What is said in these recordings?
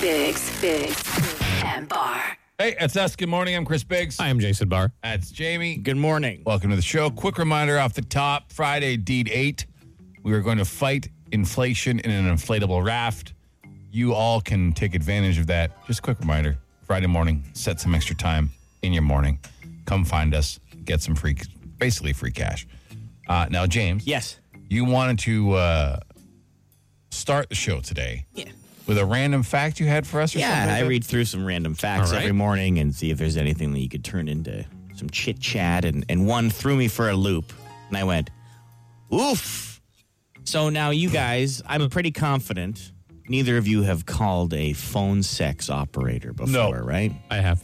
Biggs, Biggs, and Bar. Hey, it's us. Good morning. I'm Chris Biggs. I am Jason Barr. That's Jamie. Good morning. Welcome to the show. Quick reminder off the top Friday, Deed 8. We are going to fight inflation in an inflatable raft. You all can take advantage of that. Just a quick reminder Friday morning, set some extra time in your morning. Come find us, get some free, basically free cash. Uh, now, James, Yes. you wanted to uh, start the show today Yeah. with a random fact you had for us or something? Yeah, like I that? read through some random facts All right. every morning and see if there's anything that you could turn into some chit chat. And, and one threw me for a loop. And I went, oof. So now you guys, I'm pretty confident neither of you have called a phone sex operator before, No. right? I have.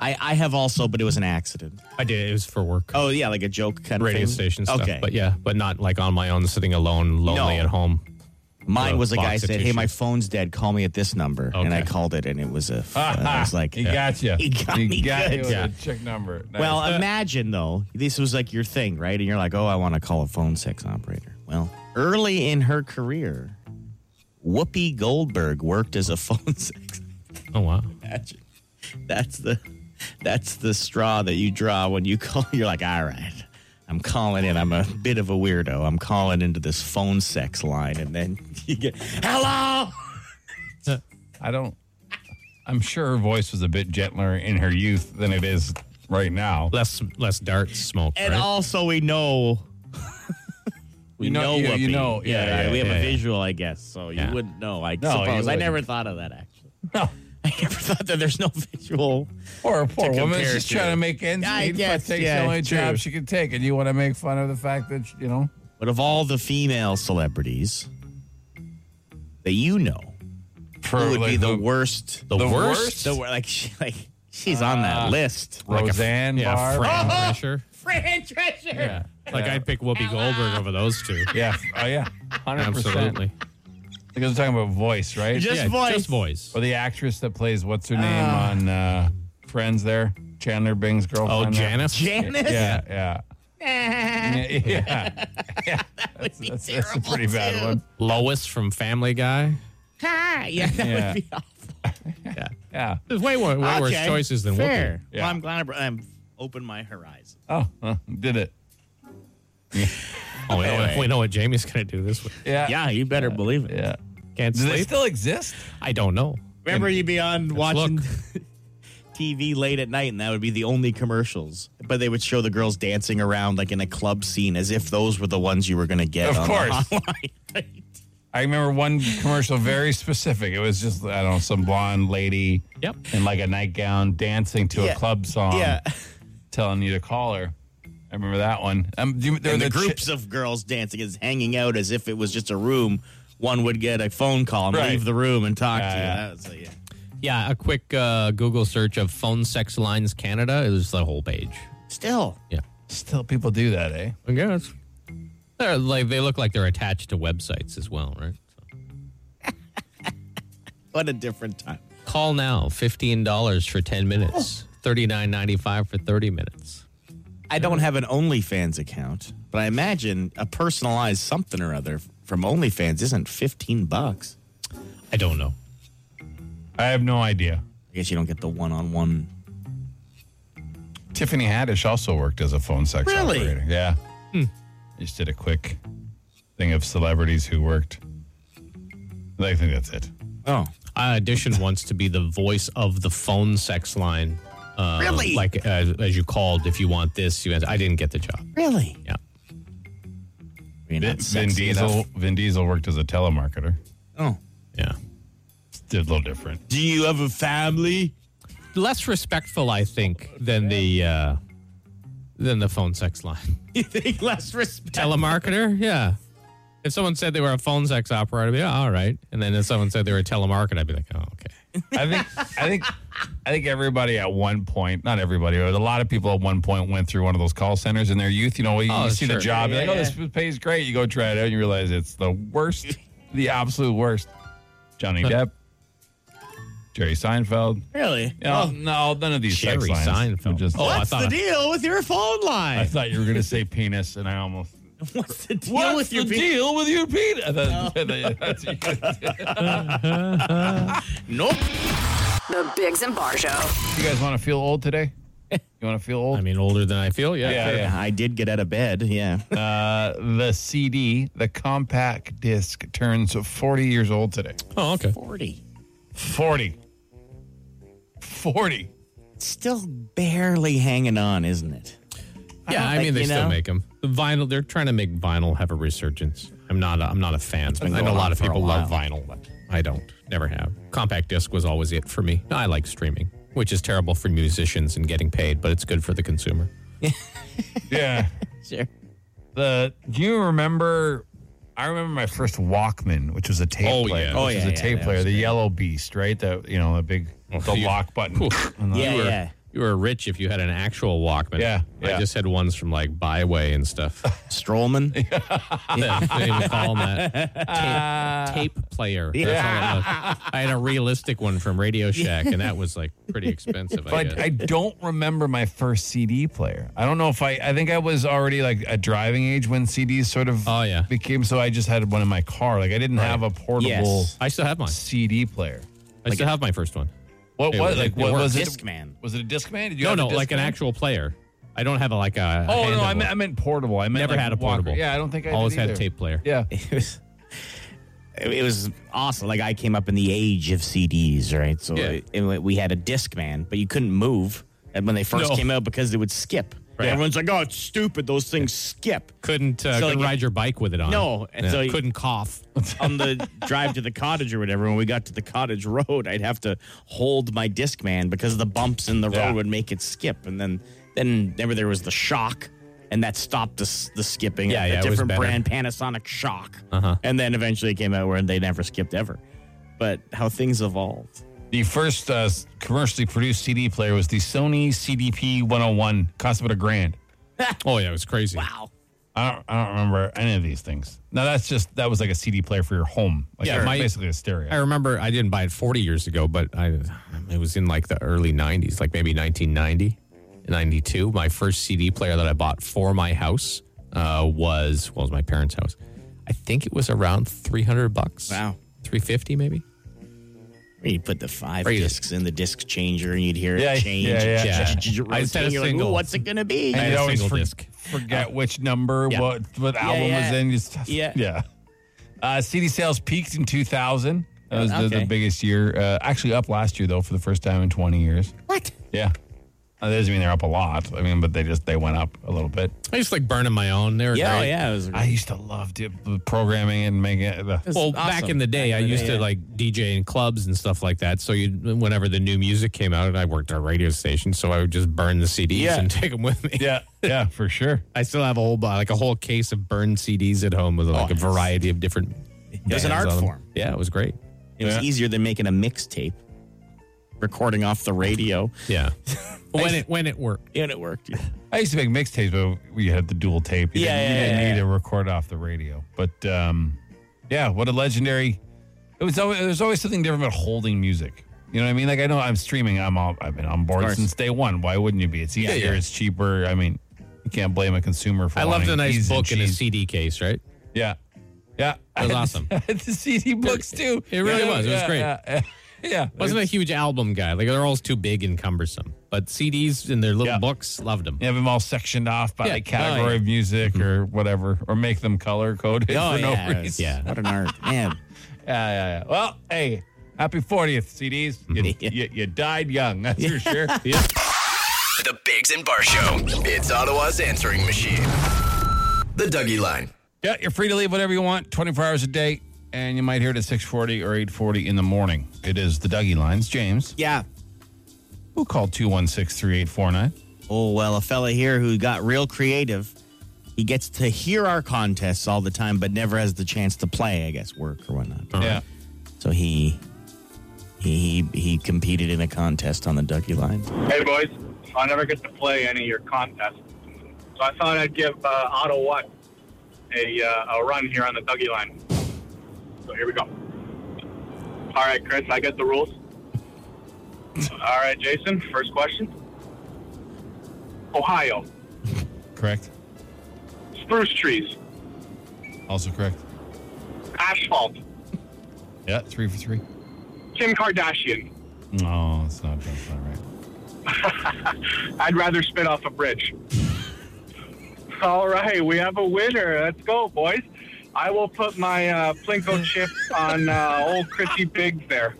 I, I have also, but it was an accident. I did. It was for work. Oh, yeah, like a joke kind of radio thing. station stuff. Okay. But yeah, but not like on my own, sitting alone, lonely No. at home. Mine the was a box guy of said, "Hey, my tissues. phone's dead. Call me at this number." And I Okay. called it, and it was a. f- Ah, and I was like, he got you. He got me good. you with Yeah. a check number. Nice. "Well, imagine though, this was like your thing, right?" And you're like, "Oh, I want to call a phone sex operator." Well, early in her career, Whoopi Goldberg worked as a phone sex. Oh wow. Imagine that's the that's the straw that you draw when you call. You're like, "All right." I'm calling in. I'm a bit of a weirdo. I'm calling into this phone sex line, and then you get, "Hello." I don't. I'm sure her voice was a bit gentler in her youth than it is right now. Less less darts smoked. And right? also, we know. we You know- know, you- you Whoopi. know- yeah, yeah, we have yeah, a yeah. visual, I guess. So you Yeah. wouldn't know. I No, you suppose. I wouldn't. never thought of that, actually. No, I never thought that there's no visual. poor poor woman. compare She's to. trying to make ends I meet, but guess, takes yeah, the only true. job she can take, and you want to make fun of the fact that you know. But of all the female celebrities that you know, who would be like, the who- worst? the, the worst. worst? Ah. The wor- like, she, like she's on that list. Roseanne Yeah, Barr. Fran Oh, Drescher. Fran Drescher. Yeah. Like Yeah. I'd pick Whoopi Goldberg over those two. yeah. Oh yeah. Hundred percent. Absolutely. Because we're talking about voice, right? Just Ah. yeah, voice. Just voice. or the actress that plays what's her name on uh, Friends? There, Chandler Bing's Oh, girlfriend. there. Janice. Janice. Yeah, yeah. yeah, yeah. That's, that's- that's a terrible, pretty bad too. one. Lois from Family Guy. Hi. Yeah, that Yeah. would be awful. Yeah. Yeah. There's way, wor- way worse Okay, choices than fair. Whoopi. Yeah. Well, I'm glad I br- I'm opened my horizon. Oh, huh, did it. Oh, we know, Anyway. we know what Jamie's going to do this week. Ah. Yeah. Yeah, you better believe it. Yeah. Can't Do they sleep. still exist? I don't know. Remember, you'd be on watching look. TV late at night, and that would be the only commercials. But they would show the girls dancing around like in a club scene, as if those were the ones you were going to get. Of on the course. hotline. I remember one commercial very specific. It was just, I don't know, some blonde lady Yep. in like a nightgown dancing to Yeah. a club song yeah, telling you to call her. I remember that one. Um, do you, there and were the the, chi- groups of girls dancing is hanging out as if it was just a room. One would get a phone call and Right. leave the room and talk Yeah, to you. yeah. That was, like, yeah. Yeah, a quick uh, Google search of phone sex lines Canada is the whole page. Still, Yeah, Still people do that, eh? I guess. They're like they look like they're attached to websites as well, right? So. what a different time. Call now, fifteen dollars for ten minutes, thirty nine ninety five for thirty minutes. I don't have an OnlyFans account, but I imagine a personalized something or other from OnlyFans isn't fifteen bucks. I don't know. I have no idea. I guess you don't get the one-on-one. Tiffany Haddish also worked as a phone sex Really? operator. Yeah. Just did a quick thing of celebrities who worked. I think that's it. Oh, I auditioned once to be the voice of the phone sex line. Uh, Really? Like as, as you called, if you want this, you. Answer. I didn't get the job. really? Yeah. You're Vin, not Vin sexy Diesel. enough. Vin Diesel worked as a telemarketer. Oh, Yeah. Did a little different. do you have a family? Less respectful, I think, than the uh, than the phone sex line. You think less respect? telemarketer. Yeah. If someone said they were a phone sex operator, I'd be "Oh, all right. And then if someone said they were a telemarketer, I'd be like, oh, okay. I think I think I think everybody at one point, not everybody, but a lot of people at one point went through one of those call centers in their youth. You know, you, Oh, you see the sure. job, Yeah, you're like, yeah, oh, this pays great. You go try it out, and you realize it's the worst, the absolute worst. Johnny Depp, Jerry Seinfeld. Really? You know, Oh, no, none of these Jerry sex lines. Seinfeld. Just, Oh, I What's thought the deal with your phone I line? thought you were going to say penis, and I almost What's the deal What's with your the people? deal with your pizza? Nope. The Bigs and Bar Show. You guys want to feel old today? You want to feel old? I mean, older than I feel. Yeah. Yeah, sure. yeah. I did get out of bed. Yeah. the CD, the compact disc, turns 40 years old today. Oh, okay. 40. 40. 40. Still barely hanging on, isn't it? Yeah, I Like, mean, they you still know? make them. The vinyl, they're trying to make vinyl have a resurgence. I'm not. A, I'm not a fan. I been know a going lot on of for a people love vinyl, but I don't. Never have. Compact disc was always it for me. I like streaming, which is terrible for musicians and getting paid, but it's good for the consumer. Yeah. Sure. the do you remember I remember my first Walkman, which was a tape Oh, player. yeah. Which Oh, was a yeah, yeah, tape that player, was the yellow beast, right? The you know, the big the you- lock button. And the- Yeah, you were, yeah. You were rich if you had an actual Walkman. Yeah, yeah. I just had ones from like Byway and stuff. Strollman. yeah, they even call 'em Uh, that. Tape, tape player. That's all it was. I had a realistic one from Radio Shack, and that was like pretty expensive. I But guess. I don't remember my first CD player. I don't know if I. I think I was already like a driving age when CDs sort of. Oh, yeah. Became so. I just had one in my car. Like I didn't have a portable Yes. I still have mine. CD player. I still have my first one. What It was was- like? it What worked. was it? Discman. Was it a Discman? Did you No, have a no, like an Discman? actual player. I don't have a, like a. a Oh no, I handheld meant, I one. meant portable. I meant never like, had a walker. portable. Yeah, I don't think I always did had a either. tape player. Yeah, It was. It was awesome. Like I came up in the age of CDs, right? So Yeah. it- we had a Discman, but you couldn't move. And when they first No. came out, because they would skip. Right. Everyone's like, "Oh, it's stupid. Those things skip." Couldn't, uh, So, couldn't like, ride your bike with it on. No, and Yeah. so you- couldn't cough. on the drive to the cottage or whatever, when we got to the cottage road, I'd have to hold my disc man because the bumps in the Yeah. road would make it skip. And then, then remember there was the shock, and that stopped the, s- the skipping. Yeah, a, yeah, it was different better. brand Panasonic shock. Uh-huh. And then eventually it came out where they never skipped ever. But how things evolved. the first uh, commercially produced CD player was the Sony CDP 101. Cost about a grand. Oh yeah, it was crazy. Wow. I don't, I don't remember any of these things. Now that's just that was like a CD player for your home. Like Yeah, it was my- basically a stereo. I remember I didn't buy it 40 years ago, but I it was in like the early 90s, like maybe 1990, 92. My first CD player that I bought for my house uh, was well, it was my parents' house. I think it was around 300 bucks. Wow. 350 maybe. You put the five Right. discs in the disc changer, and you'd hear it Yeah, change. yeah, yeah. Yeah. Rotate, I set a you're like, "Ooh, single. what's it gonna be? I had you'd a always single for- disc. forget which number, yeah. what what album yeah. was in. you Just, Yeah. yeah. Uh, CD sales peaked in 2000. That was the, the Okay. biggest year. Uh, actually, up last year though for the first time in 20 years. What? Yeah. Uh, that doesn't mean they're up a lot. I mean, but they just they went up a little bit. I just like burning my own. They were Yeah, oh, great. yeah. It was I used to love to, programming and making it. The, Well, It's back awesome. in the day, Back I in the used day, to yeah. like DJ in clubs and stuff like that. So you, whenever the new music came out, and I worked at a radio station, so I would just burn the CDs Yeah. and take them with me. yeah, yeah, for sure. I still have a whole bu- like a whole case of burned CDs at home with like a nice. variety of different. It was an bands art on them. form. Yeah, it was great. It was Yeah. easier than making a mixtape, recording off the radio. Yeah, when it when it worked. And it worked. Yeah. I used to make mixtapes, but we had the dual tape. You Yeah, didn't, yeah, you didn't yeah, need yeah. to record off the radio. But um, yeah, what a legendary! It was always there's always something different about holding music. You know what I mean? Like I know I'm streaming. I'm all I've been on board course. since day one. Why wouldn't you be? It's easier. yeah. It's cheaper. I mean, you can't blame a consumer for. I loved wanting a nice ease book in a cheese. CD case, right? Yeah, yeah, That was awesome. I had the CD books too. it really Yeah, was. It was yeah, great. Yeah, yeah. Yeah. Wasn't a huge album guy. Like they're always too big and cumbersome. But CDs in their little Yeah. books, loved them. You have them all sectioned off by Yeah. like category Oh, yeah. Oh, of music or whatever, or make them color coded for Oh, yeah. no reason. yeah. What an art. Man. Yeah, yeah, yeah. Well, hey, happy 40th, CDs. You, Yeah. you, you died young, that's for sure. The Bigs and Bar Show. It's Ottawa's answering machine. The Dougie Line. Yeah, you're free to leave whatever you want, 24 hours a day, and you might hear it at 640 or 840 in the morning. It is the Dougie Lines. James, Yeah. who called 216 3849? Oh, well, a fella here who got real creative. He gets to hear our contests all the time, but never has the chance to play, I guess, work or whatnot. Yeah. So he. He, he competed in a contest on the Dougie line. Hey, boys. I never get to play any of your contests. So I thought I'd give uh, Otto Watt a, uh, a run here on the Dougie line. So here we go. All right, Chris, I get the rules. All right, Jason, first question Ohio, Correct? spruce trees, Also correct. Asphalt. Yeah, three for three. Kim Kardashian. No, it's not, that's not right. I'd rather spit off a bridge. All right, we have a winner. Let's go, boys. I will put my uh, Plinko chip on uh, old Chrissy Big there.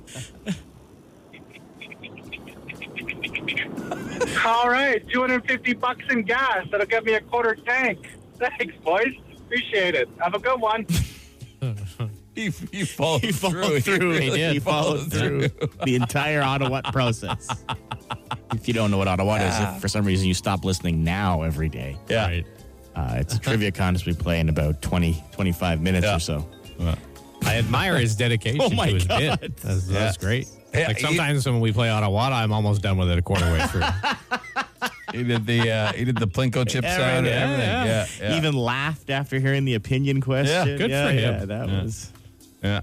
All right, 250 bucks in gas. That'll give me a quarter tank. Thanks, boys. Appreciate it. Have a good one. He, he followed He through. followed through. He really did. He followed through the entire Ottawa process. If you don't know what Ottawa is, if for some reason you stop listening now every day, Yeah. uh, it's a trivia contest we play in about 20, 25 minutes Yeah. or so. I admire his dedication Oh my to his God. bit. That's, Yeah. that's great. Yeah, like he- sometimes when we play Ottawa, I'm almost done with it a quarter way through. He did the uh, he did the plinko chip sound and Everything. everything. Yeah, yeah. Even laughed after hearing the opinion question. Yeah, good for him. Yeah, that Yeah. was. Yeah.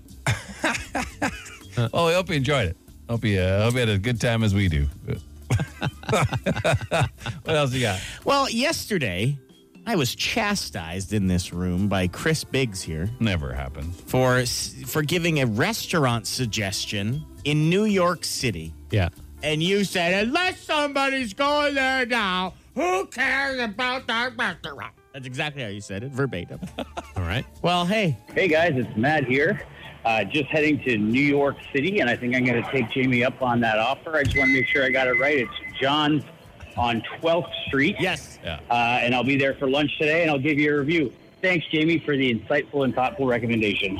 well, I hope you enjoyed it. Hope you, uh, hope you had a good time as we do. what else you got? Well, yesterday I was chastised in this room by Chris Biggs here Never happened. for s- for giving a restaurant suggestion in New York City. yeah. and you said, unless somebody's going there now, who cares about that restaurant? That's exactly how you said it, verbatim. All right. well, hey, Hey guys, it's Matt here. Uh, just heading to New York City, and I think I'm going to take Jamie up on that offer. I just want to make sure I got it right. It's John's on 12th Street. yes. Yeah. Uh, and I'll be there for lunch today, and I'll give you a review. Thanks, Jamie, for the insightful and thoughtful recommendation.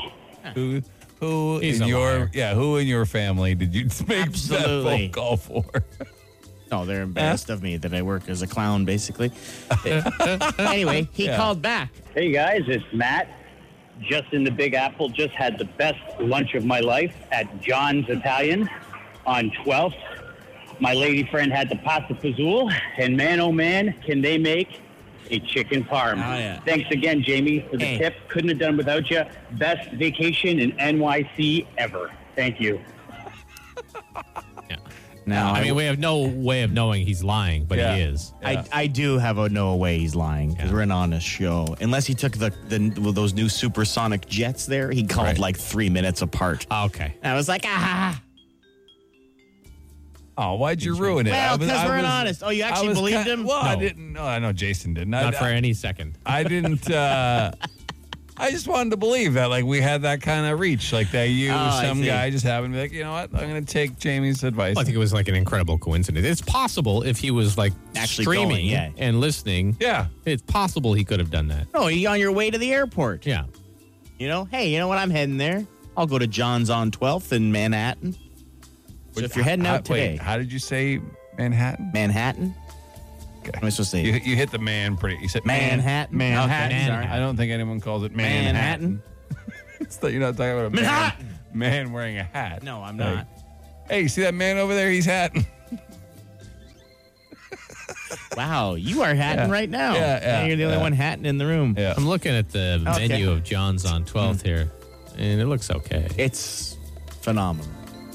Who who He's in a your liar. yeah, who in your family did you make that Absolutely. phone call for? No, they're embarrassed of me that I work as a clown, basically. anyway, he called back. Hey guys, it's Matt. Just in the Big Apple. Just had the best lunch of my life at John's Italian on 12th. My lady friend had the pasta pizzool, and man, oh man, can they make a chicken parm. Oh, yeah. Thanks again, Jamie, for the Hey. tip. Couldn't have done without you. Best vacation in NYC ever. Thank you. Now, I mean, I, we have no way of knowing he's lying, but he Yeah. is. I, I do have a no way he's lying because we're an honest show. Unless he took the, the well, those new supersonic jets there, he called Right. Uh, like three minutes apart. Okay. And I was like, ah, ha, ha. Oh, why'd you ruin it? well, I was- because I we're an was- honest. Oh, you I actually was believed ki- him? Well, I No. didn't. No, I know Jason didn't. I, uh, Not for I, any second. I didn't. Uh, I just wanted to believe that, like, we had that kind of reach, like that. You, Oh, I some see. Oh, guy, just happened to be like, you know what? I'm going to take Jamie's advice. Well, I think it was like an incredible coincidence. It's possible if he was like Actually streaming going, yeah. and listening. yeah, It's possible he could have done that. No, oh, you on your way to the airport. Yeah. You know, hey, you know what? I'm heading there. I'll go to John's on 12th in Manhattan. So if you're heading How- out today, Wait, how did you say Manhattan? Manhattan. What am I supposed to say? You, you hit the man pretty. You said Manhattan. Man- Manhattan. Okay, sorry. I don't think anyone calls it Manhattan. Manhattan. It's that you're not talking about a man, Manhattan. man wearing a hat. No, I'm Like, not. hey, you see that man over there? He's hatting. Wow, you are hatting Yeah. right now. Yeah, yeah, And you're the only yeah. one hatting in the room. Yeah. I'm looking at the Okay. Hmm. menu of John's on 12th here, and it looks okay. It's phenomenal.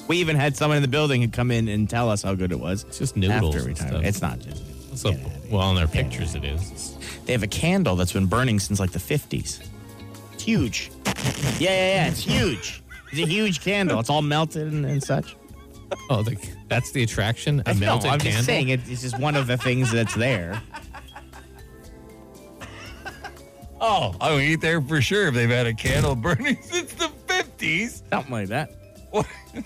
We even had someone in the building who come in and tell us how good it was. It's just noodles After and retirement. stuff. It's not just. It's a- well, on their pictures, it is. They have a candle that's been burning since like the 50s. It's huge. Yeah, yeah, yeah. It's huge. It's a huge candle. It's all melted and, and such. Oh, the, that's the attraction. A I know, melted I'm candle. just saying it, it's just one of the things that's there. Oh, I would eat there for sure if they've had a candle burning since the 50s. Something like that. What?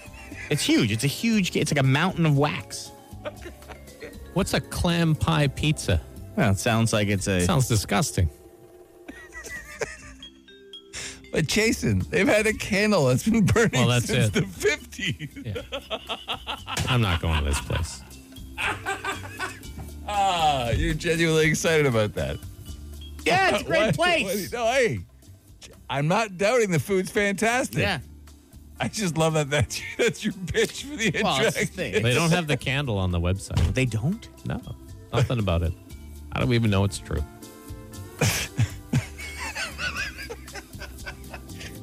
It's huge. It's a huge. It's like a mountain of wax. What's a clam pie pizza? Well, it sounds like it's a. Sounds disgusting. But Jason, they've had a candle that's been burning Well, that's since it. the 50s. I'm not going to this place. Ah, you're genuinely excited about that. yeah, it's a Why- great why- place. no, hey, I'm not doubting the food's fantastic. Yeah. I just love that that's, that's your pitch for the Well, it's the attraction. thing. They don't have the candle on the website. They don't. No, nothing about it. I don't even know it's true.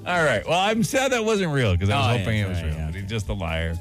All right. Well, I'm sad that wasn't real because I was Oh, yeah, hoping it was yeah, Oh, real. yeah, But he's just a liar.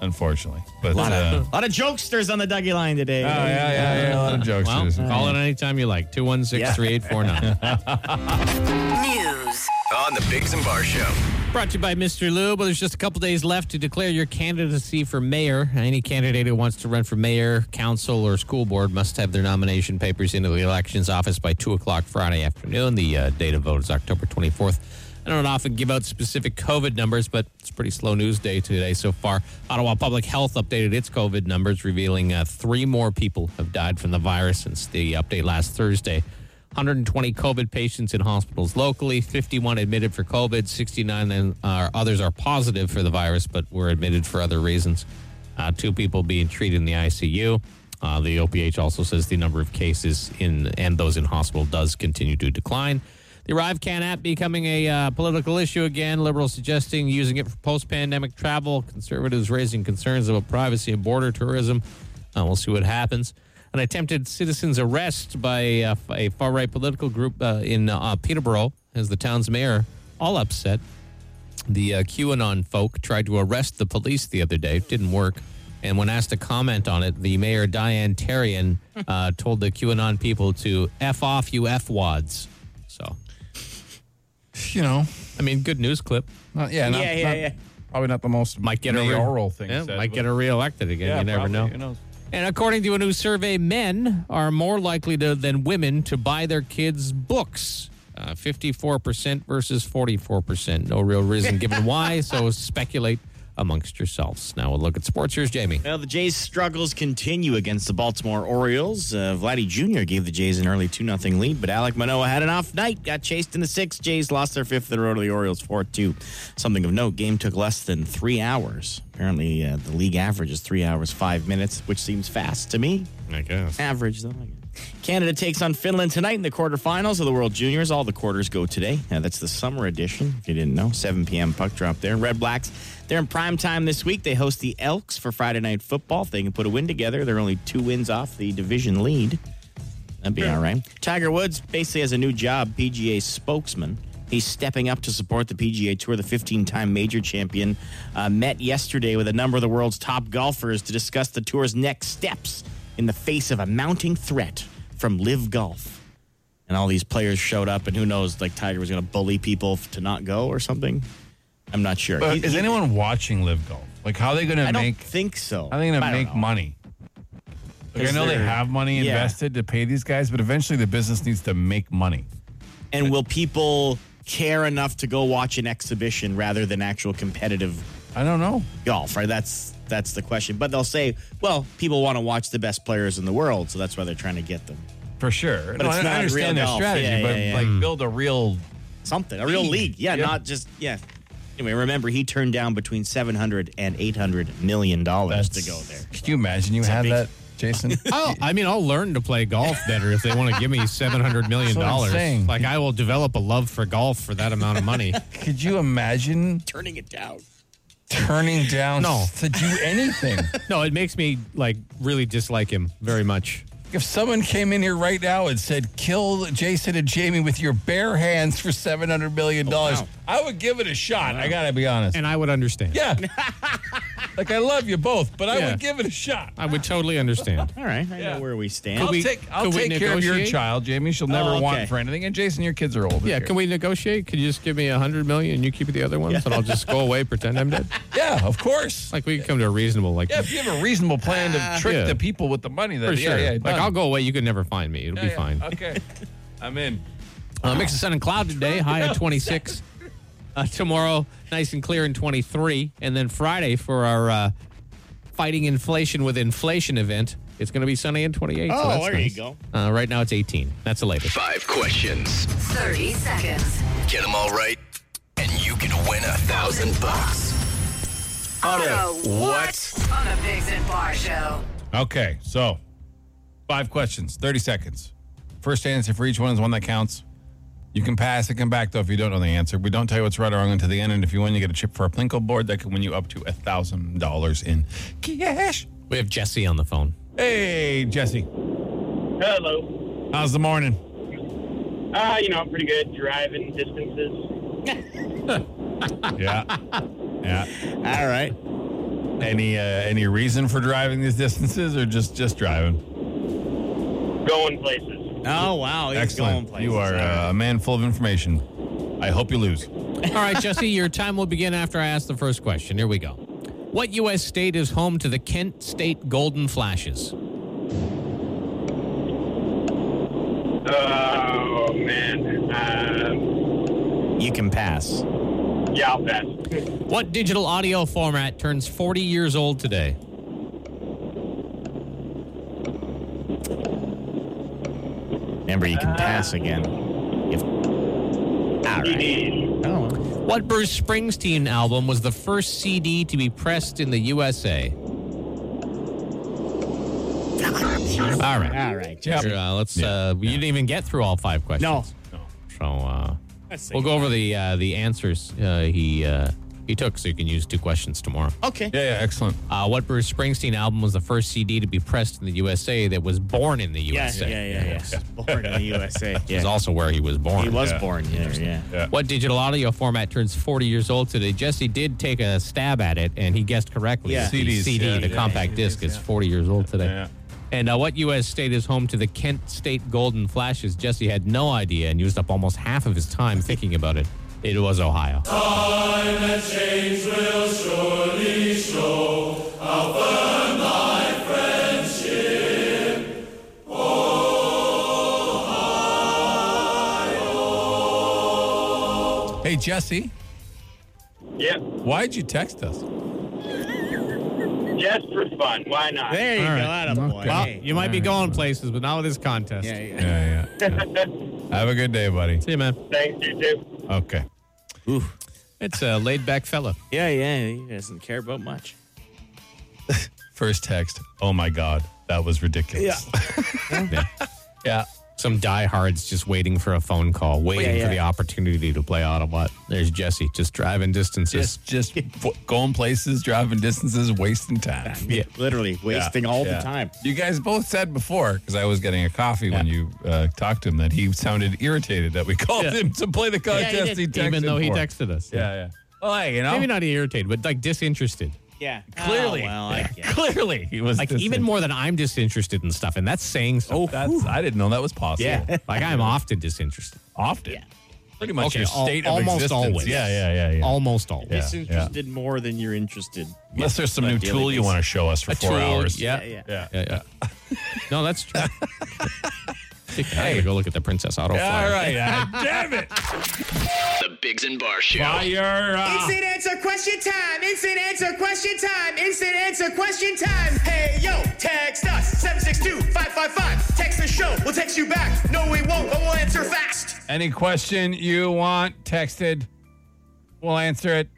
unfortunately. But A lot, uh, of, lot of jokesters on the Dougie line today. oh, yeah, yeah, yeah, a lot of jokes. Well, call it anytime you like. 216 3849. News. On the Biggs and Bar Show. Brought to you by Mr. Lube. Well, there's just a couple days left to declare your candidacy for mayor. Any candidate who wants to run for mayor, council, or school board must have their nomination papers into the elections office by 2 o'clock Friday afternoon. The uh, date of vote is October 24th. I don't often give out specific COVID numbers, but it's a pretty slow news day today so far. Ottawa Public Health updated its COVID numbers, revealing uh, three more people have died from the virus since the update last Thursday. 120 COVID patients in hospitals locally, 51 admitted for COVID, 69 and uh, others are positive for the virus but were admitted for other reasons. Uh, two people being treated in the ICU. Uh, the OPH also says the number of cases in and those in hospital does continue to decline. The Arrive Can app becoming a uh, political issue again. Liberals suggesting using it for post pandemic travel. Conservatives raising concerns about privacy and border tourism. Uh, we'll see what happens. An attempted citizen's arrest by uh, a far right political group uh, in uh, Peterborough as the town's mayor, all upset. The uh, QAnon folk tried to arrest the police the other day. It didn't work. And when asked to comment on it, the mayor, Diane Terrian, uh, told the QAnon people to F off, you F wads. So, you know, I mean, good news clip. not, yeah, not, Yeah, yeah, not- yeah. probably not the most Might get mayoral a re- thing. Yeah, said, might but- get her reelected again. you never probably, know. Who knows? And according to a new survey, men are more likely to, than women to buy their kids books. Uh, 54% versus 44%. No real reason given why, so speculate amongst yourselves. Now we'll look at sports. Here's Jamie. Well, the Jays' struggles continue against the Baltimore Orioles. Uh, Vladdy Jr. gave the Jays an early 2 0 lead, but Alec Manoa had an off night, got chased in the sixth. Jays lost their fifth in a row to the Orioles 4 2. Something of note, game took less than three hours. Apparently, uh, the league average is three hours, five minutes, which seems fast to me. I guess. Average, though. I guess. Canada takes on Finland tonight in the quarterfinals of the World Juniors. All the quarters go today. Uh, that's the summer edition, if you didn't know. 7 p.m. puck drop there. Red Blacks, they're in prime time this week. They host the Elks for Friday Night Football. If they can put a win together, they're only two wins off the division lead. That'd Hmm. be all right. Tiger Woods basically has a new job, PGA spokesman. He's stepping up to support the PGA Tour. The 15 time major champion uh, met yesterday with a number of the world's top golfers to discuss the tour's next steps in the face of a mounting threat from Live Golf. And all these players showed up, and who knows, like Tiger was going to bully people f- to not go or something. I'm not sure. But He- is he- anyone watching Live Golf? Like, how are they going to I don't make? think so. How are they going to I don't make know. money? Like, I Is know they there- have money Yeah. invested to pay these guys, but eventually the business needs to make money. And will people care enough to go watch an exhibition rather than actual competitive I don't know. golf, right? That's that's the question. But they'll say, well, people want to watch the best players in the world, so that's why they're trying to get them For sure. But No, it's I, I not real understand their golf. strategy, Yeah, but yeah, yeah. like build a real something, a real League. league. Yeah, Yeah. not just yeah. Anyway, remember he turned down between 700 and 800 million dollars to go there. Can you imagine you had big- that, Jason? Oh, I mean, I'll learn to play golf better if they want to give me seven hundred million That's what I'm dollars. saying. Like I will develop a love for golf for that amount of money. Could you imagine Turning it down. turning down No. to do anything? no, it makes me like really dislike him very much. if someone came in here right now and said, "Kill Jason and Jamie with your bare hands for seven hundred million dollars," wow. I would give it a shot. I gotta be honest. Oh, And I would understand. yeah, like I love you both, but I Yeah. would give it a shot. I would totally understand. All right, I Yeah. know where we stand. I'll we- take I'll could we take care of your negotiate? Oh, child, Jamie. She'll never okay. want for anything. And Jason, your kids are older. Yeah, can we negotiate? Could you just give me a hundred million and you keep the other ones, and I'll just go away, pretend I'm dead? Yeah, of course. Like we could come to a reasonable like. yeah, if you have a reasonable plan to trick yeah. the people with the money, then For yeah, sure. yeah, like done. I'll go away. You could never find me. It'll Yeah, be yeah, fine. Okay, I'm in. Uh, mix of sun and cloud today, high at 26. Uh, tomorrow, nice and clear in 23. And then Friday for our uh, Fighting Inflation with Inflation event, it's going to be sunny and 28. so Oh, that's there you nice. go. Uh, right now it's 18. That's the latest. Five questions. 30 seconds. Get them all right, and you can win a thousand bucks. Auto what? On the Bigs and Bar Show. Okay, so five questions, 30 seconds. First answer for each one is one that counts. You can pass and come back, though, if you don't know the answer. We don't tell you what's right or wrong until the end. And if you win, you get a chip for a Plinko board that can win you up to $1,000 in cash. We have Jesse on the phone. Hey, Jesse. Hello. How's the morning? Uh, you know, pretty good driving distances. Yeah. Yeah. All right. Any uh, any reason for driving these distances, or just just driving? Going places. Oh wow, he's going Excellent. places. You are uh, a man full of information. I hope you lose. All right, Jesse, your time will begin after I ask the first question. Here we go. What U.S. state is home to the Kent State Golden Flashes? Oh, man. Um, You can pass. yeah, I'll pass. What digital audio format turns 40 years old today? Remember, you can pass again. If- All right. CDs. Oh. What Bruce Springsteen album was the first CD to be pressed in the USA? All right. All right. Yep. Sure, uh, let's. Uh, You didn't even get through all five questions. No. So uh, we'll go over the uh, the answers uh, he uh, he took, so you can use two questions tomorrow. Okay. Yeah, yeah, excellent. Uh, what Bruce Springsteen album was the first CD to be pressed in the USA that was born in the Yeah, USA? yeah, yeah, yeah. Born in the USA. Is Yeah. also where he was born. He was born here. Yeah. What digital audio format turns 40 years old today? Jesse did take a stab at it, and he guessed correctly. Yeah. The CDs, CD, yeah, the yeah, compact disc, is 40 years old today. Yeah. And uh, what U.S. state is home to the Kent State Golden Flashes? Jesse had no idea and used up almost half of his time thinking about it. It was Ohio. Hey Jesse, Yeah. why'd you text us? Just for fun. Why not? There you All go. right. Out of boy. Well, Hey. you might be going places, but not with this contest. Yeah, yeah. Yeah, yeah. Have a good day, buddy. See you, man. Thanks, you too. Okay. It's a laid back fella. Yeah, yeah. He doesn't care about much. First text. Oh my God, that was ridiculous. Yeah. Yeah. Some diehards just waiting for a phone call, waiting Yeah, for yeah. the opportunity to play Autobot. There's Jesse just driving distances. Just just fo- going places, driving distances, wasting time. Yeah. Literally wasting all Yeah. the time. You guys both said before, because I was getting a coffee when you uh, talked to him, that he sounded irritated that we called Yeah. him to play the contest. did. he texted Even though he for. texted us. Yeah, yeah. Well, hey, you know, Maybe not irritated, but like disinterested. Yeah. Clearly. Oh, well, I guess. Clearly, he was Like even more than I'm disinterested in stuff, and that's saying Oh, something. that's, I didn't know that was possible. yeah. like I'm often disinterested. often. Pretty much Okay, your al- state of almost existence. always. Yeah, yeah, yeah, yeah. Almost always. Yeah. Disinterested more than you're interested. Unless there's some On a new daily tool you basis. want to show us for four hours. Yeah. Yeah, yeah. Yeah. yeah. no, that's true. I gotta go look at the Princess Auto. flyer. All right, Adam. damn it! The Biggs and Bar Show. Fire up. Instant answer question time. Instant answer question time. Instant answer question time. Hey, yo, text us 762-555. Text the show. We'll text you back. No, we won't, but we'll answer fast. Any question you want texted, we'll answer it.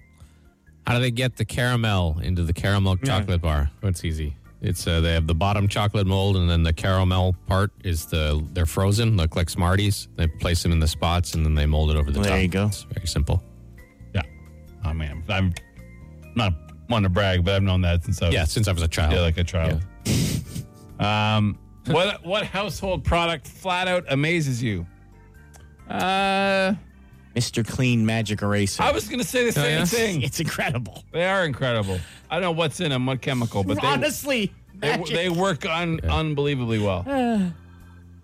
How do they get the caramel into the caramel chocolate bar? It's easy. It's uh, they have the bottom chocolate mold, and then the caramel part is the they're frozen, look like Smarties. They place them in the spots, and then they mold it over the There top. you go. It's very simple. Yeah. I mean, I'm not one to brag, but I've known that since I was Yeah, since I was a child. yeah, like a child. um, what what household product flat out amazes you? Uh, Mr. Clean Magic Eraser. I was gonna say the same Oh, yeah? thing. it's incredible. They are incredible. I don't know what's in them, what chemical, but they Honestly, they, magic. they work un, unbelievably well.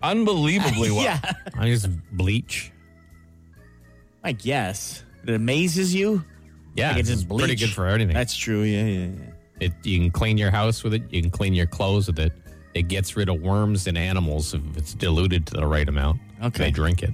unbelievably well. yeah, I use bleach. I guess it amazes you. Yeah, Like, it's it's just bleach. pretty good for anything. That's true. Yeah, yeah, yeah. It, you can clean your house with it. You can clean your clothes with it. It gets rid of worms and animals if it's diluted to the right amount. Okay. They drink it.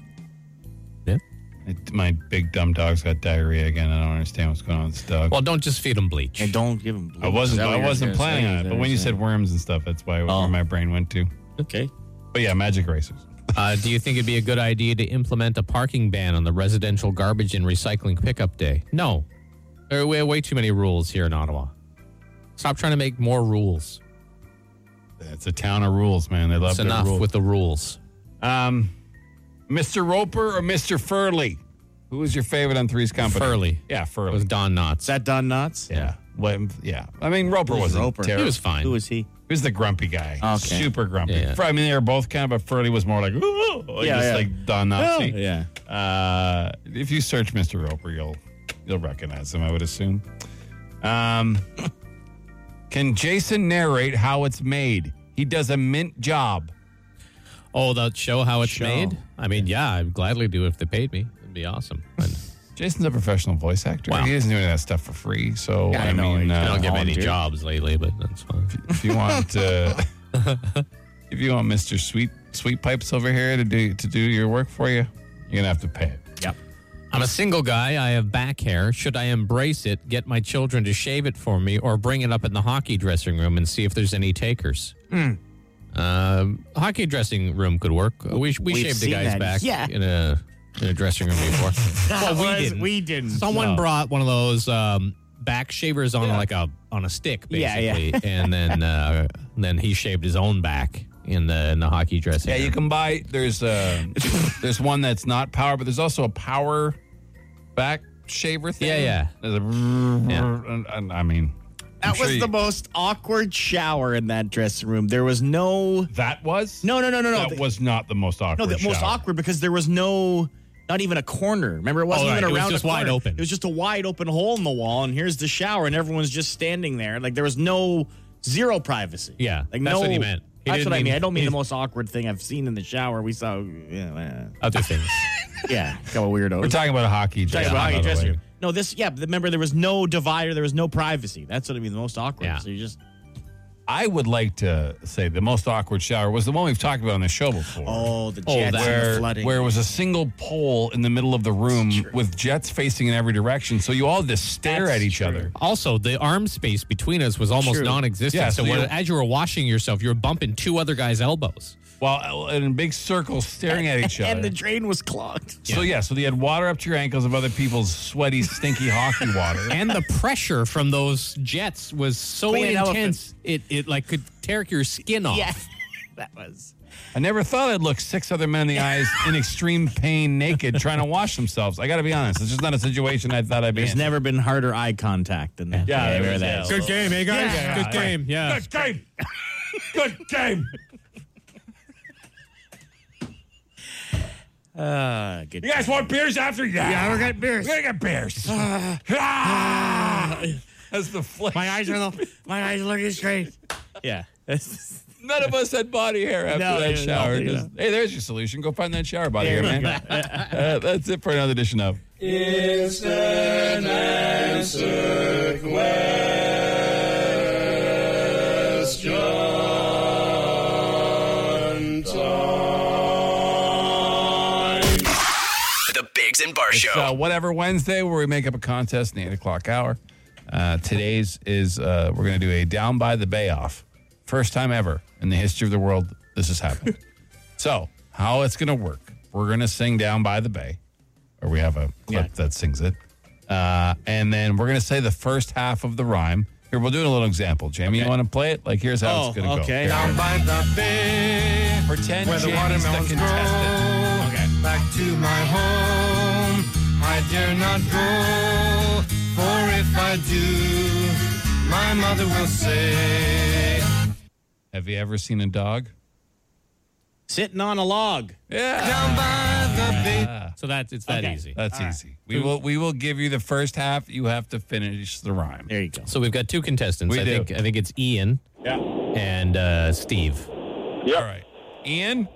Yeah. It- My big dumb dog's got diarrhea again. I don't understand what's going on with this dog. Well, don't just feed them bleach. And don't give him. I wasn't. I wasn't planning on it. But when you said worms and stuff, that's why Oh. where my brain went to. okay, But yeah, magic erasers. Uh, do you think it'd be a good idea to implement a parking ban on the residential garbage and recycling pickup day? No. There are way, way too many rules here in Ottawa. Stop trying to make more rules. It's a town of rules, man. They love It's their enough rules. with the rules. um, Mr. Roper or Mr. Furley. Who was your favorite on Three's Company? Furley. Yeah, It Furley. was Don is Knotts. that Don Knotts? yeah. Well, yeah. I mean, Roper Who's wasn't Roper? terrible. He was fine. Who was he? He was the grumpy guy. Okay. Super grumpy. Yeah. Fr- I mean, they were both kind of, but Furley was more like, ooh, like, Yeah, just yeah. like Don Nazi. yeah. Uh, if you search Mr. Roper, you'll you'll recognize him, I would assume. Um, Can Jason narrate how it's made? He does a mint job. Oh, they'll show how it's Show. made? I mean, yeah, I'd gladly do if they paid me. It'd be awesome. But Jason's a professional voice actor. Wow. He doesn't do any of that stuff for free. So Yeah, I I, know. mean, I I uh, don't get many volunteer. jobs lately, but that's fine. if you want, uh, if you want Mister Sweet Sweet Pipes over here to do to do your work for you, you're gonna have to pay it. Yep. I'm a single guy. I have back hair. Should I embrace it, get my children to shave it for me, or bring it up in the hockey dressing room and see if there's any takers? Hmm. Um, hockey dressing room could work. We, we We've shaved a seen guy's that. back Yeah. in a in a dressing room before. well, was- we didn't, Someone no. brought one of those um, back shavers on like a on a stick, Yeah, basically, yeah. and then uh, then he shaved his own back in the in the hockey dressing. Yeah, room. you can buy. There's uh, there's one that's not power, but there's also a power back shaver thing. Yeah, yeah. There's a, and- and I mean, I'm That sure was you- the most awkward shower in that dressing room. There was no, That was no, no, no, no, no. That The- was not the most awkward. no, the most shower. awkward because there was no, not even a corner. Remember, it wasn't Oh, right. even It a was round. just a corner. wide open. It was just a wide open hole in the wall, and here's the shower, and everyone's just standing there. Like there was no zero privacy. Yeah, like that's no. what he meant. He that's didn't what I mean. mean- I don't mean he- the most awkward thing I've seen in the shower. We saw, yeah, Other things. yeah, yeah a couple weirdos. We're talking about a hockey. Talking dressing about room, hockey by the dressing way. room. No, this, yeah, but remember there was no divider, there was no privacy. That's what I mean, the most awkward. Yeah. So you just, I would like to say the most awkward shower was the one we've talked about on the show before. oh, the jets and the where, flooding. where it was a single pole in the middle of the room with jets facing in every direction. So you all just stare at That's each true. other. Also, the arm space between us was almost True. non-existent. Yeah, so so when, you- as you were washing yourself, you were bumping two other guys' elbows. While in a big circle staring at each other. and the drain was clogged. so yeah, so they had water up to your ankles of other people's sweaty, stinky hockey water. And the pressure from those jets was so Clean an intense, it, it like could tear your skin off. Yeah, that was. I never thought I'd look six other men in the eyes in extreme pain, naked, trying to wash themselves. I got to be honest, it's just not a situation I thought I'd be There's in. never been harder eye contact than that. Yeah, I it remember was- that. yeah, it So- was- game, hey guys. Yeah. Good game. Yeah. Good game. Good game. Ah, good. You guys want beers after? Yeah. Yeah, we're gonna beers. We're gonna get beers. Ah. That's the flesh. My eyes are the, my eyes are looking straight. Yeah. I None of us had body hair after No, that yeah, shower. no, yeah. Just, hey, there's your solution. Go find that shower body hair, man. Uh, that's it for another edition of. The Bigs and Bar It's Show. uh, whatever Wednesday where we make up a contest in the eight o'clock hour. Uh, today's is uh, we're going to do a down by the bay off. First time ever in the history of the world this has happened. so how it's going to work? We're going to sing down by the bay, or we have a clip that sings it, uh, and then we're going to say the first half of the rhyme. Here we'll do a little example. Jamie, you want to play it? Like here's how Oh, it's going to okay. go. Down by the bay, pretend where the watermelons the contestant. Okay. Back to my home, I dare not go. For if I do, my mother will say. Have you ever seen a dog? Sitting on a log. Yeah. Down by the bay. So that's it's that Okay. easy. That's easy. We will we will give you the first half. You have to finish the rhyme. There you go. so we've got two contestants. We I do. think I think it's Ian Yeah. and uh, Steve. All right, Ian.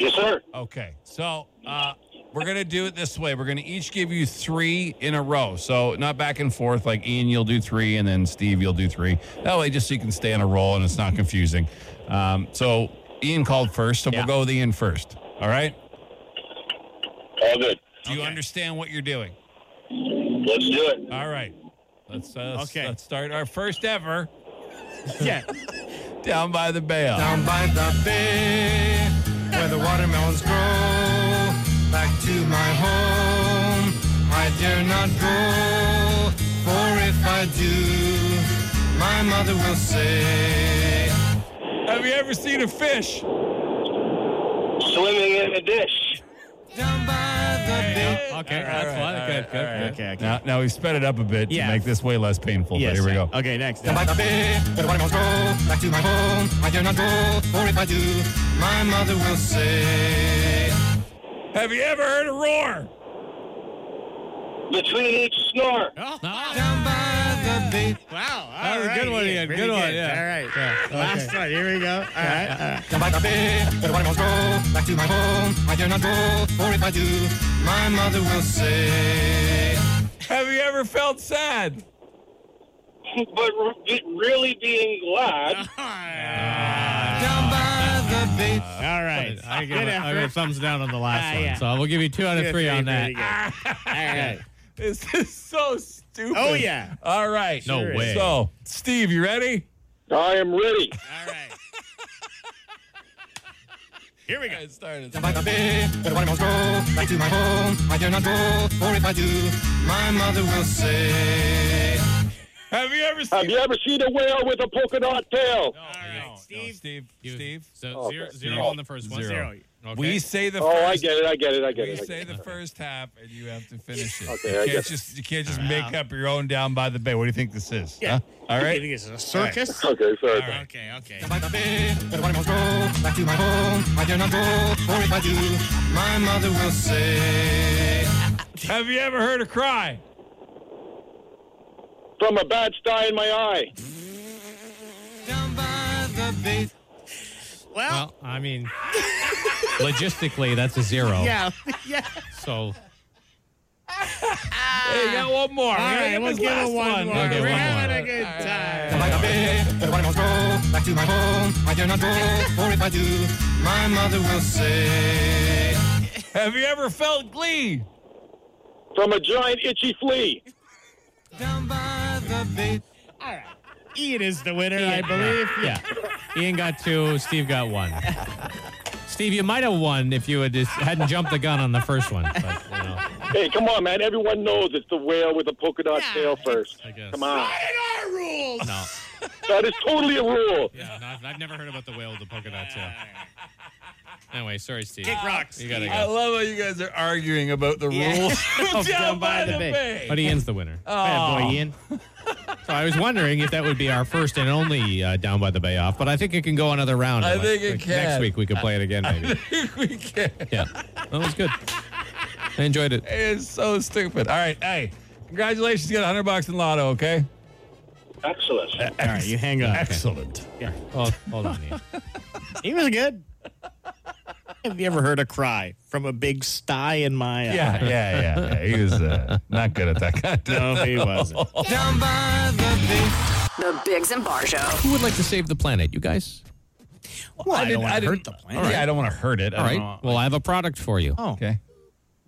Yes, sir. Okay, so uh, we're gonna do it this way. We're gonna each give you three in a row. So not back and forth. Like Ian, you'll do three, and then Steve, you'll do three. That way, just so you can stay on a roll and it's not confusing. Um, so Ian called first, so Yeah. we'll go with Ian first. All right. All good. Do you understand what you're doing? Let's do it. All right. Let's uh, let's- Okay. Let's start our first ever Yeah. down by the bay. Off. Down by the bay, where the watermelons grow. Back to my home, I dare not go. For if I do, my mother will say. Have you ever seen a fish? Swimming in a dish. Down by the bay. Okay, that's fine. good, good. Okay. Okay. Now, Uh, now we've sped it up a bit Yeah. to make this way less painful, Yes, but Oh, here we go. Okay. Next. Oh, Down by the bay, where the watermelons grow. Back to my home, I dare not go. For if I do, my mother will say. uh, Have you ever heard a roar? Between each snore. Down by the be. oh. Wow. That all was a right, good one, Ian. Ian. Pretty Good one, good. yeah. All right. Last one. Here we go. All right. All right. Come back up here, where the watermelons grow. Back to my home, I dare not go. For if I do, my mother will say. Have you ever felt sad? But re- really being glad. Down by the beach. All right. I give, Good a, I give a effort. thumbs down on the last Ah, one. yeah. So I will Uh, give you two out of Good, three on that. very good. All right. This is so stupid. Oh, yeah. All right. No Sure is. way. So, Steve, you ready? I am ready. All right. Here we go. It started. Down by the beach, where the watermelons grow. Back to my home, I dare not go. For if I do, my mother will say. Have you ever seen? ever seen a whale with a polka dot All tail? right, No, Steve. Steve. You- Steve. So zero, Uh, okay. zero on the first one. Zero. Okay. We say the. Oh, I first- get it. I get it. I get We it. I say get it. the first half, and you have to finish it. Okay, you I can't get it. just you can't just make up your own down by the bay. What do you think this is? Yeah. Huh? All You right. think this is a circus? Okay, sorry. All right. Okay, okay. Down by the bay, where the watermelons grow. Back to my home, I dare not go. For if I do, my mother will say. Have you ever heard a cry? From a bad sty in my eye. Down by the beach. Well, I mean, logistically, that's a zero. Yeah. yeah. So hey, you got one more. All right, we'll give it one more. Okay, We're one having more. a good time. Down by the bay, where the watermelons grow. Back to my home, I dare not go. For if I do, my mother will say. Have you ever felt glee? From a giant itchy flea. Down by the beach. Ian is the winner, I believe. yeah, Ian got two. Steve got one. Steve, you might have won if you had just hadn't jumped the gun on the first one. But, you know, Hey, come on, man. Everyone knows it's the whale with the polka dot Yeah. tail first. I guess. Come on. Our rules. No. That is totally a rule. Yeah, no, I've, I've never heard about the whale with the polka dot tail. Anyway, sorry, Steve. Kick rocks. You gotta I go. love how you guys are arguing about the Yeah. rules of down, by, the, bay. Oh. But Ian's the winner. Bad boy, Ian. So I was wondering if that would be our first and only uh, Down by the Bay off, but I think it can go another round. I Like, think it like, can. Next week we could play it again, maybe. we can't. yeah. That was good. I enjoyed it. It's so stupid. All right, hey, congratulations, you got 100 bucks in lotto, okay? Excellent. All right, you hang on. Excellent. Yeah. Hold, Oh, hold on, Ian. He was good. Have you ever heard a cry from a big sty in my eye? Yeah, yeah, yeah. yeah. He was uh, not good at that contest. No, he wasn't. Down by the beach. The Bigs and Bar Show. Who would like to save the planet, you guys? Well, I, don't didn't- want I to hurt didn't- the All planet. right. Yeah, I don't want to hurt it. All right. Well, I have a product for you. Oh. Okay.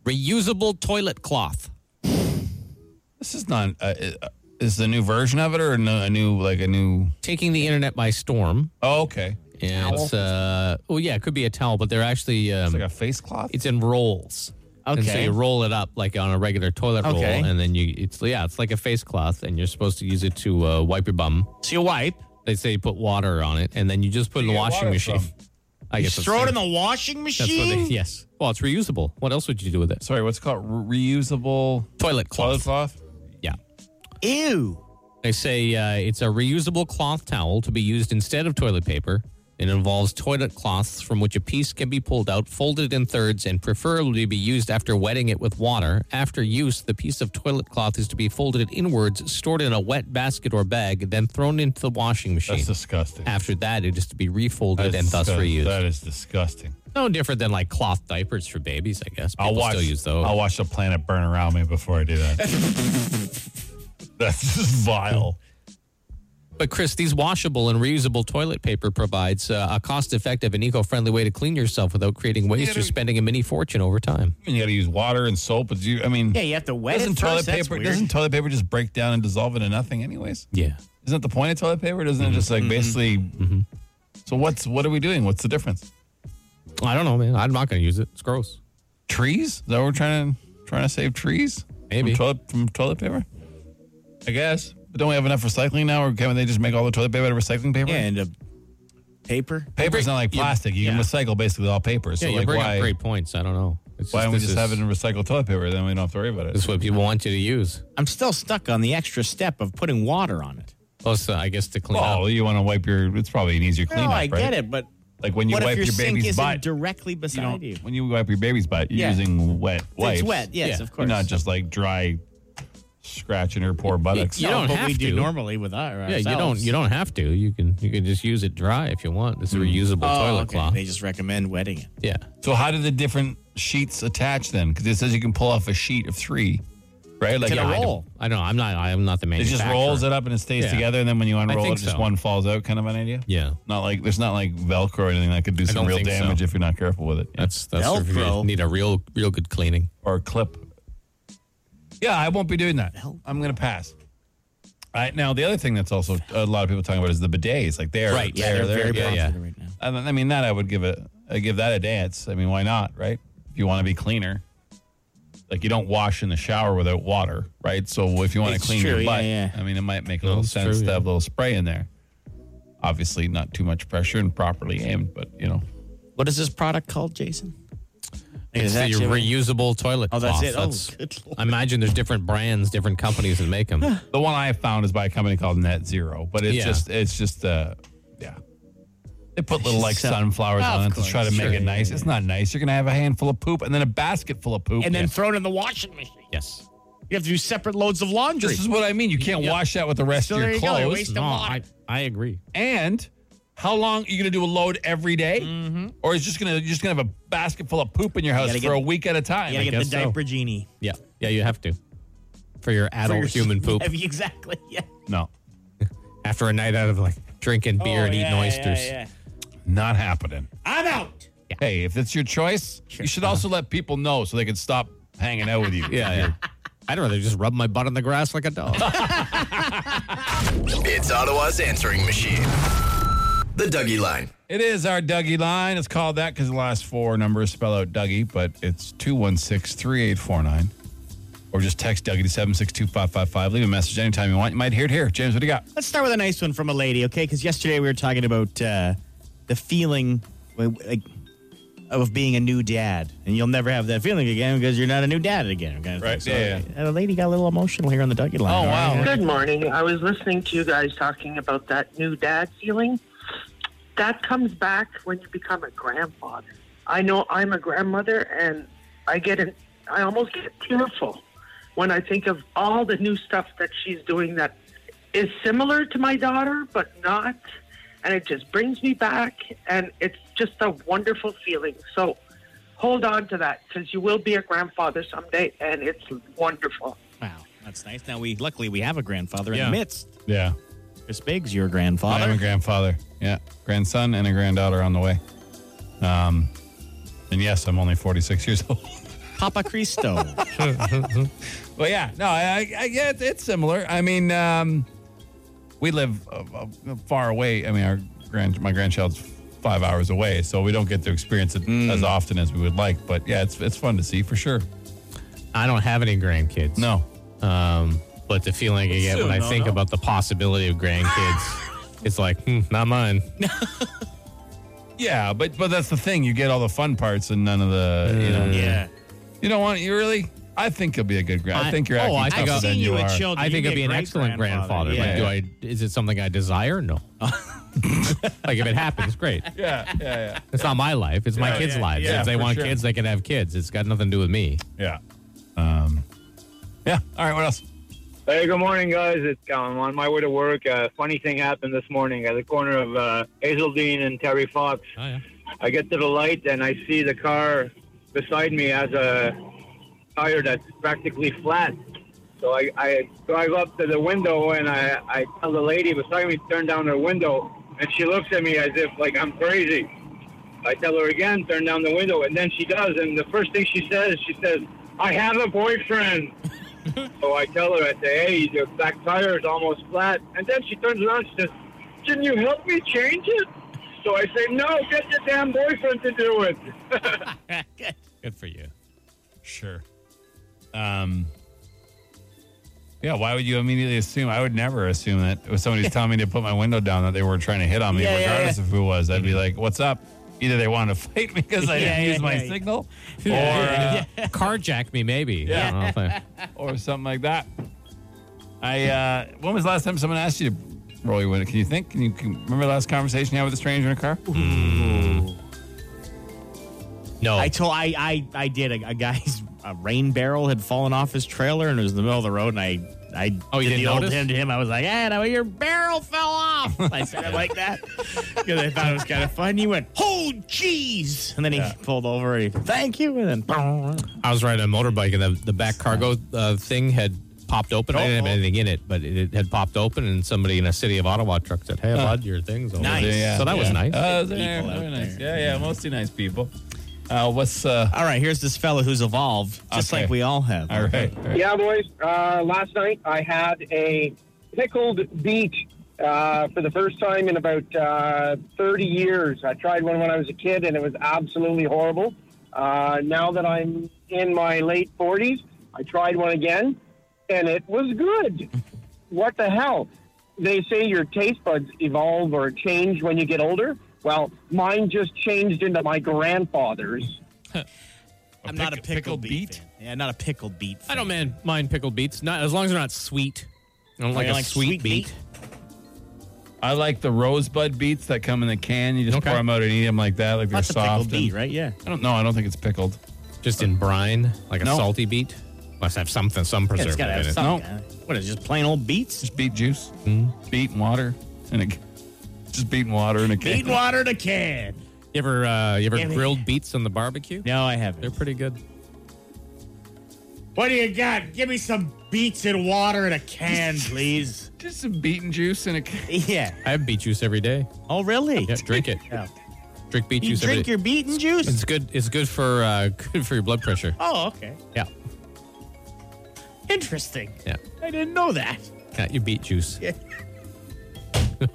Reusable toilet cloth. This is not. Uh, uh, is the new version of it or no, a new like a new? Taking the internet by storm. Oh, okay. And It's uh oh yeah, it could be a towel, but they're actually um, It's like a face cloth. it's in rolls. And so Okay. you roll it up like on a regular toilet roll, Okay. and then you it's yeah, it's like a face cloth, and you're supposed to use it to uh, wipe your bum. So you wipe. They say you put water on it, and then you just put it in the You get washing water machine. from. I guess Just that's- throw it in the washing That's what they, machine. yes. Well, it's reusable. What else would you do with it? Sorry, what's it called Re- reusable Toilet toilet cloth. cloth? Yeah. Ew. They say uh, it's a reusable cloth towel to be used instead of toilet paper. It involves toilet cloths from which a piece can be pulled out, folded in thirds, and preferably be used after wetting it with water. After use, the piece of toilet cloth is to be folded inwards, stored in a wet basket or bag, then thrown into the washing machine. That's disgusting. after that, it is to be refolded That is and thus disgust- reused. uh, That is disgusting. no different than like cloth diapers for babies, I guess. I'll People watch. Still use those. I'll watch the planet burn around me before I do that. That's just vile. But Chris, these washable and reusable toilet paper provides uh, a cost-effective and eco-friendly way to clean yourself without creating waste or spending a mini fortune over time. I mean, you got to use water and soap. But you, I mean, Yeah, you have to wet doesn't it toilet first. That's paper weird. doesn't toilet paper just break down and dissolve into nothing anyways? Yeah. Isn't that the point of toilet paper? Doesn't it just like basically? So what's what are we doing? What's the difference? I don't know, man. I'm not going to use it. It's gross. Trees? Is that what we're trying to trying to save trees? Maybe. from toilet from toilet paper. I guess. But don't we have enough recycling now? Or can they just make all the toilet paper out of recycling paper? Yeah, and a paper. Paper's not like plastic. You can yeah. recycle basically all paper. So yeah, you like bring why up great points. I don't know. It's why don't we this just is- have it in recycled toilet paper? Then we don't have to worry about This it. is what people want you to use. I'm still stuck on the extra step of putting water on it. Plus, uh, I guess to clean Oh, up. you want to wipe your? It's probably an easier No, cleanup. I get right? it, but Like when you what wipe if your, sink baby's isn't butt. directly you know, beside you? when you wipe your baby's butt, you're Yeah. using wet wipes. It's wet, yes, Yeah. of You're course. not just like dry scratching her poor buttocks. You don't but have we do to. normally with our Yeah, you don't. ourselves. You don't have to. You can. You can just use it dry if you want. Mm. It's a reusable Oh, toilet okay. cloth. They just recommend wetting it. Yeah. So how do the different sheets attach then? Because it says you can pull off a sheet of three, right? Like To the yeah, I I don't- roll. don't- I know. I'm not. I'm not the It manufacturer. just rolls it up and it stays Yeah. together, and then when you unroll it, think just so. one falls out. Kind of an idea. Yeah. Not like there's not like Velcro or anything that could do some don't real think so. damage if you're not careful with it, That's that's if you Velcro. need a real real good cleaning. or a clip. Yeah, I won't be doing that. I'm gonna pass. All right. Now the other thing that's also a lot of people talking about is the bidets. Like they're Right, yeah, They're, they're they're- very yeah, yeah. Consider Right now. I mean- I mean that I would give a I give that a dance. I mean, why not, right? If you want to be cleaner, like you don't wash in the shower without water, right? So if you want It's to clean true, your yeah, butt, yeah. I mean, it might make a little it's sense true, to yeah. have a little spray in there. Obviously, not too much pressure and properly aimed, but you know, What is this product called, Jason? It's Is the that shit- reusable toilet Oh, cloth. that's it. Oh, That's- good lord. I imagine there's different brands, different companies that make them. the one I found is by a company called Net Zero, but it's Yeah. just it's just uh yeah. They put little like So- sunflowers Of on it course, to try to sure, make it yeah, nice. yeah, It's not nice. You're gonna have a handful of poop and then a basket full of poop. and then throw it in the washing machine. yes. You have to do separate loads of laundry. This is what I mean. You can't wash that with the rest So of there your you go. You're clothes. wasting No, water. I- I agree. And how long are you going to do a load every day? or is just going to you're just going to have a basket full of poop in your house for Mm-hmm. gotta a get- week at a time? you gotta I get the guess so. diaper genie. Yeah. Yeah. You have to for your for adult your- human poop Exactly. Yeah. No, after a night out of like drinking beer Oh, and yeah, eating yeah, oysters. yeah. not happening. I'm out. Hey, if it's your choice, you should also let people know so they can stop hanging out with you. Yeah, yeah. I'd rather just rub my butt on the grass like a dog. It's Ottawa's answering machine. The Dougie Line. It is our Dougie line. It's called that because the last four numbers spell out Dougie, but it's 216 3849. Or just text Dougie to 762 Leave a message anytime you want. You might hear it here. James, what do you got? Let's start with a nice one from a lady, okay? Because yesterday we were talking about uh, the feeling like, of being a new dad, and you'll never have that feeling again because you're not a new dad again. Kind of Right, yeah, thing. Oh, So, uh, the lady got a little emotional here on the Dougie line. all right? Good morning. I was listening to you guys talking about that new dad feeling. That comes back when you become a grandfather. I know I'm a grandmother, and I get an, I almost get tearful when I think of all the new stuff that she's doing that is similar to my daughter, but not. And it just brings me back, and it's just a wonderful feeling. So hold on to that because you will be a grandfather someday, and it's wonderful. Wow, that's nice. Now we luckily we have a grandfather Yeah. in the midst. Yeah. Chris Biggs, your I am grandfather. a grandfather. Yeah. Grandson and a granddaughter on the way. Um, and yes, I'm only 46 years old. Papa Cristo. well, yeah. No, I, I, yeah, it's- it's similar. I mean, um, we live uh, uh, far away. I mean, our grand, my grandchild's five hours away, so we don't get to experience it as often as we would like. But yeah, it's, it's fun to see for sure. I don't have any grandkids. No. Um, but the feeling I get Soon, when I no, think no. about the possibility of grandkids, it's like, hmm, not mine. Yeah, but but that's the thing. You get all the fun parts and none of the, you know. yeah. You don't want, you really? I think you'll be a good grandfather. I, I- think you're acting oh, I tougher think I've than seen you at are. Children, I you'd think be I'd a be an great excellent grandfather. grandfather. Like, do I? Is it something I desire? No. like if it happens, great. Yeah, yeah, yeah. It's not my life. It's my Yeah, kids' yeah, lives. yeah, if they for want sure. kids, they can have kids. It's got nothing to do with me. Yeah. Um, yeah. All right. What else? Hey, good morning, guys. It's um, on my way to work. A funny thing happened this morning at the corner of uh, Hazeldine and Terry Fox. Oh, yeah. I get to the light and I see the car beside me has a tire that's practically flat. So I, I drive up to the window and I, I tell the lady beside me to turn down her window, and she looks at me as if like I'm crazy. I tell her again, turn down the window, and then she does. And the first thing she says, she says, "I have a boyfriend." so I tell her, I say, "Hey, your back tire is almost flat," and then she turns around, she says, "Can you help me change it?" So I say, "No, get your damn boyfriend to do it." Good for you. Sure. Um, yeah. Why would you immediately assume? I would never assume that if somebody's telling me to put my window down that they were trying to hit on me, Yeah, yeah, regardless of who it was. I'd be like, "What's up?" Either they want to fight me because I Yeah, didn't yeah, use my yeah. signal, Yeah. Carjack me, maybe. uh, Yeah. I don't know if I- or or something like that. I. Uh, when was the last time someone asked you to roll your window? Can you think? Can you can, remember the last conversation you had with a stranger in a car? no. I told I I I did a, a guy's uh, a rain barrel had fallen off his trailer and it was in the middle of the road. And I, I Oh, you did didn't the old notice? him to him. I was like, "Hey, now your barrel fell off." I said it like that because I thought it was kind of fun. He went, "Oh, jeez!" And then he pulled over. And he, Thank you. And then I was riding a motorbike and the, the back cargo uh, thing had popped open. I Oh. didn't have anything in it, but it, it had popped open, and somebody in a city of Ottawa truck said, "Hey, bud, your thing's over Nice. there." Yeah, so that was yeah. nice. Uh, they're- people they're out nice. Yeah, yeah, mostly nice people. Uh, what's uh? all right, here's this fella who's evolved, just Okay. like we all have. All right, all right. Yeah, boys. Uh, last night I had a pickled beet uh, for the first time in about uh, 30 years. I tried one when I was a kid, and it was absolutely horrible. Uh, now that I'm in my late 40s, I tried one again, and it was good. what the hell? They say your taste buds evolve or change when you get older. Well, mine just changed into my grandfather's. I'm not a pick- pickled, pickled beet. beet? fan. Yeah, not a pickled beet. I fan. don't man, mind pickled beets, not as long as they're not sweet. I don't Oh, like you a sweet, beet. I like the rosebud beets that come in the can. You just Okay. pour them out and eat them like that, like That's a they're pickled soft. and- beet, right? Yeah. I don't know. I don't think it's pickled. Just in brine, like a No. salty beet. Must have something, some Yeah, it's preservative gotta in have it. some. What is it, just plain old beets? Just beet juice, Mm-hmm. beet and water, and a, just beet and water in a can. Beet water in a can. You ever, uh, you ever Damn it. grilled beets on the barbecue? No, I They're haven't. pretty good. What do you got? Give me some beets and water in a can, please. Just some beet and juice in a can. yeah. I have beet juice every day. Oh, really? Yeah, drink it. Yeah. Drink beet You juice every drink day. your beet and juice? It's good. It's good for uh, good for your blood pressure. Oh, okay. Yeah, Interesting. yeah. I didn't know that. Got your beet juice. All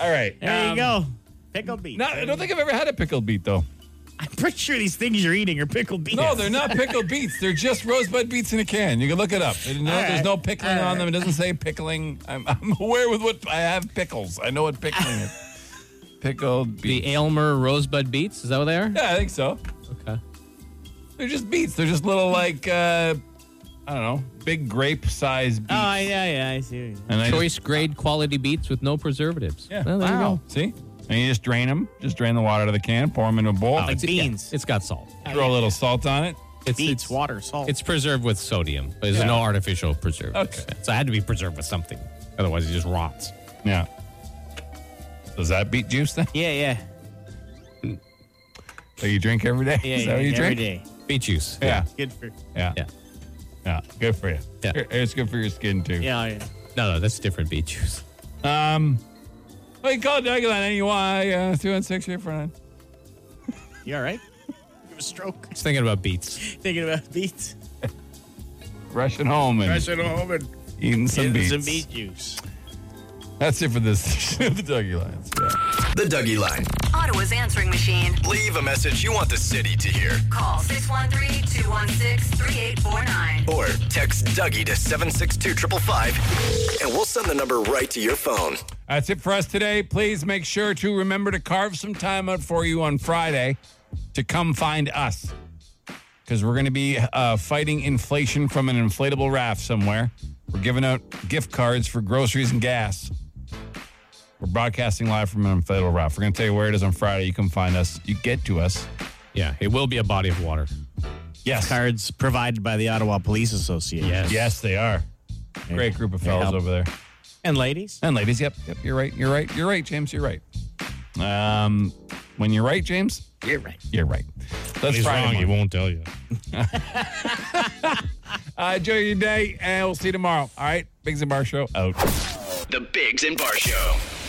right. There you Ah, um, go. Pickled beet. No, I don't think I've ever had a pickled beet though. I'm pretty sure these things you're eating are pickled beets. No, they're not pickled beets. They're just rosebud beets in a can. You can look it up. There's no, All right. there's no pickling All on them. It doesn't say pickling. I'm, I'm aware with what I have pickles. I know what pickling is. Pickled beet. The Aylmer rosebud beets. Is that what they are? Yeah, I think so. Okay. They're just beets. They're just little like uh, I don't know, big grape size beets. Oh, yeah, yeah. I see. and I Choice grade quality beets with no preservatives. Just, yeah. Well, there you go. See, and you just drain them. Just drain the water out of the can. Pour them into a bowl. Like beans. It's got salt. throw a little salt on it. It's Beets, it's, water, salt. it's preserved with sodium. But there's no artificial preservatives. Okay. So it had to be preserved with something. Otherwise, it just rots. Yeah. Does that beet juice then? yeah, yeah. That you drink every day? Yeah, Is yeah. that what you every drink? day. Beet juice. Yeah. Good for. Yeah. Yeah. Yeah. Good for you. Yeah. It's good for your skin too. Yeah, oh, yeah. No, no, that's different beet juice. Um well, you call Dougie on NUI uh, 316 849. You all right? Give a stroke. Just thinking about beets. Thinking about beets. Rushing home and it home and eating some "Oh, beets. some beet juice. That's it for this edition of the Dougie Lines. Yeah. The Dougie Line. Ottawa's answering machine. Leave a message you want the city to hear. Call 613 216 3849. Or text Dougie to 762 555 and we'll send the number right to your phone. That's it for us today. Please make sure to remember to carve some time out for you on Friday to come find us because we're going to be uh, fighting inflation from an inflatable raft somewhere. We're giving out gift cards for groceries and gas. We're broadcasting live from an inflatable raft. We're going to tell you where it is on Friday. You can find us. You get to us. Yeah, it will be a body of water. Yes. Cards provided by the Ottawa Police Association. Yes. Yes, they are. Great group of fellas help. over there. And ladies. And ladies, yep, yep, you're right, you're right, you're right, James, you're right. Um, when you're right, James, You're right. You're right. That's Friday morning. won't tell you. Uh, enjoy your day, and we'll see you tomorrow. All right, Big Zimbar Show out. The Bigs and Bar Show.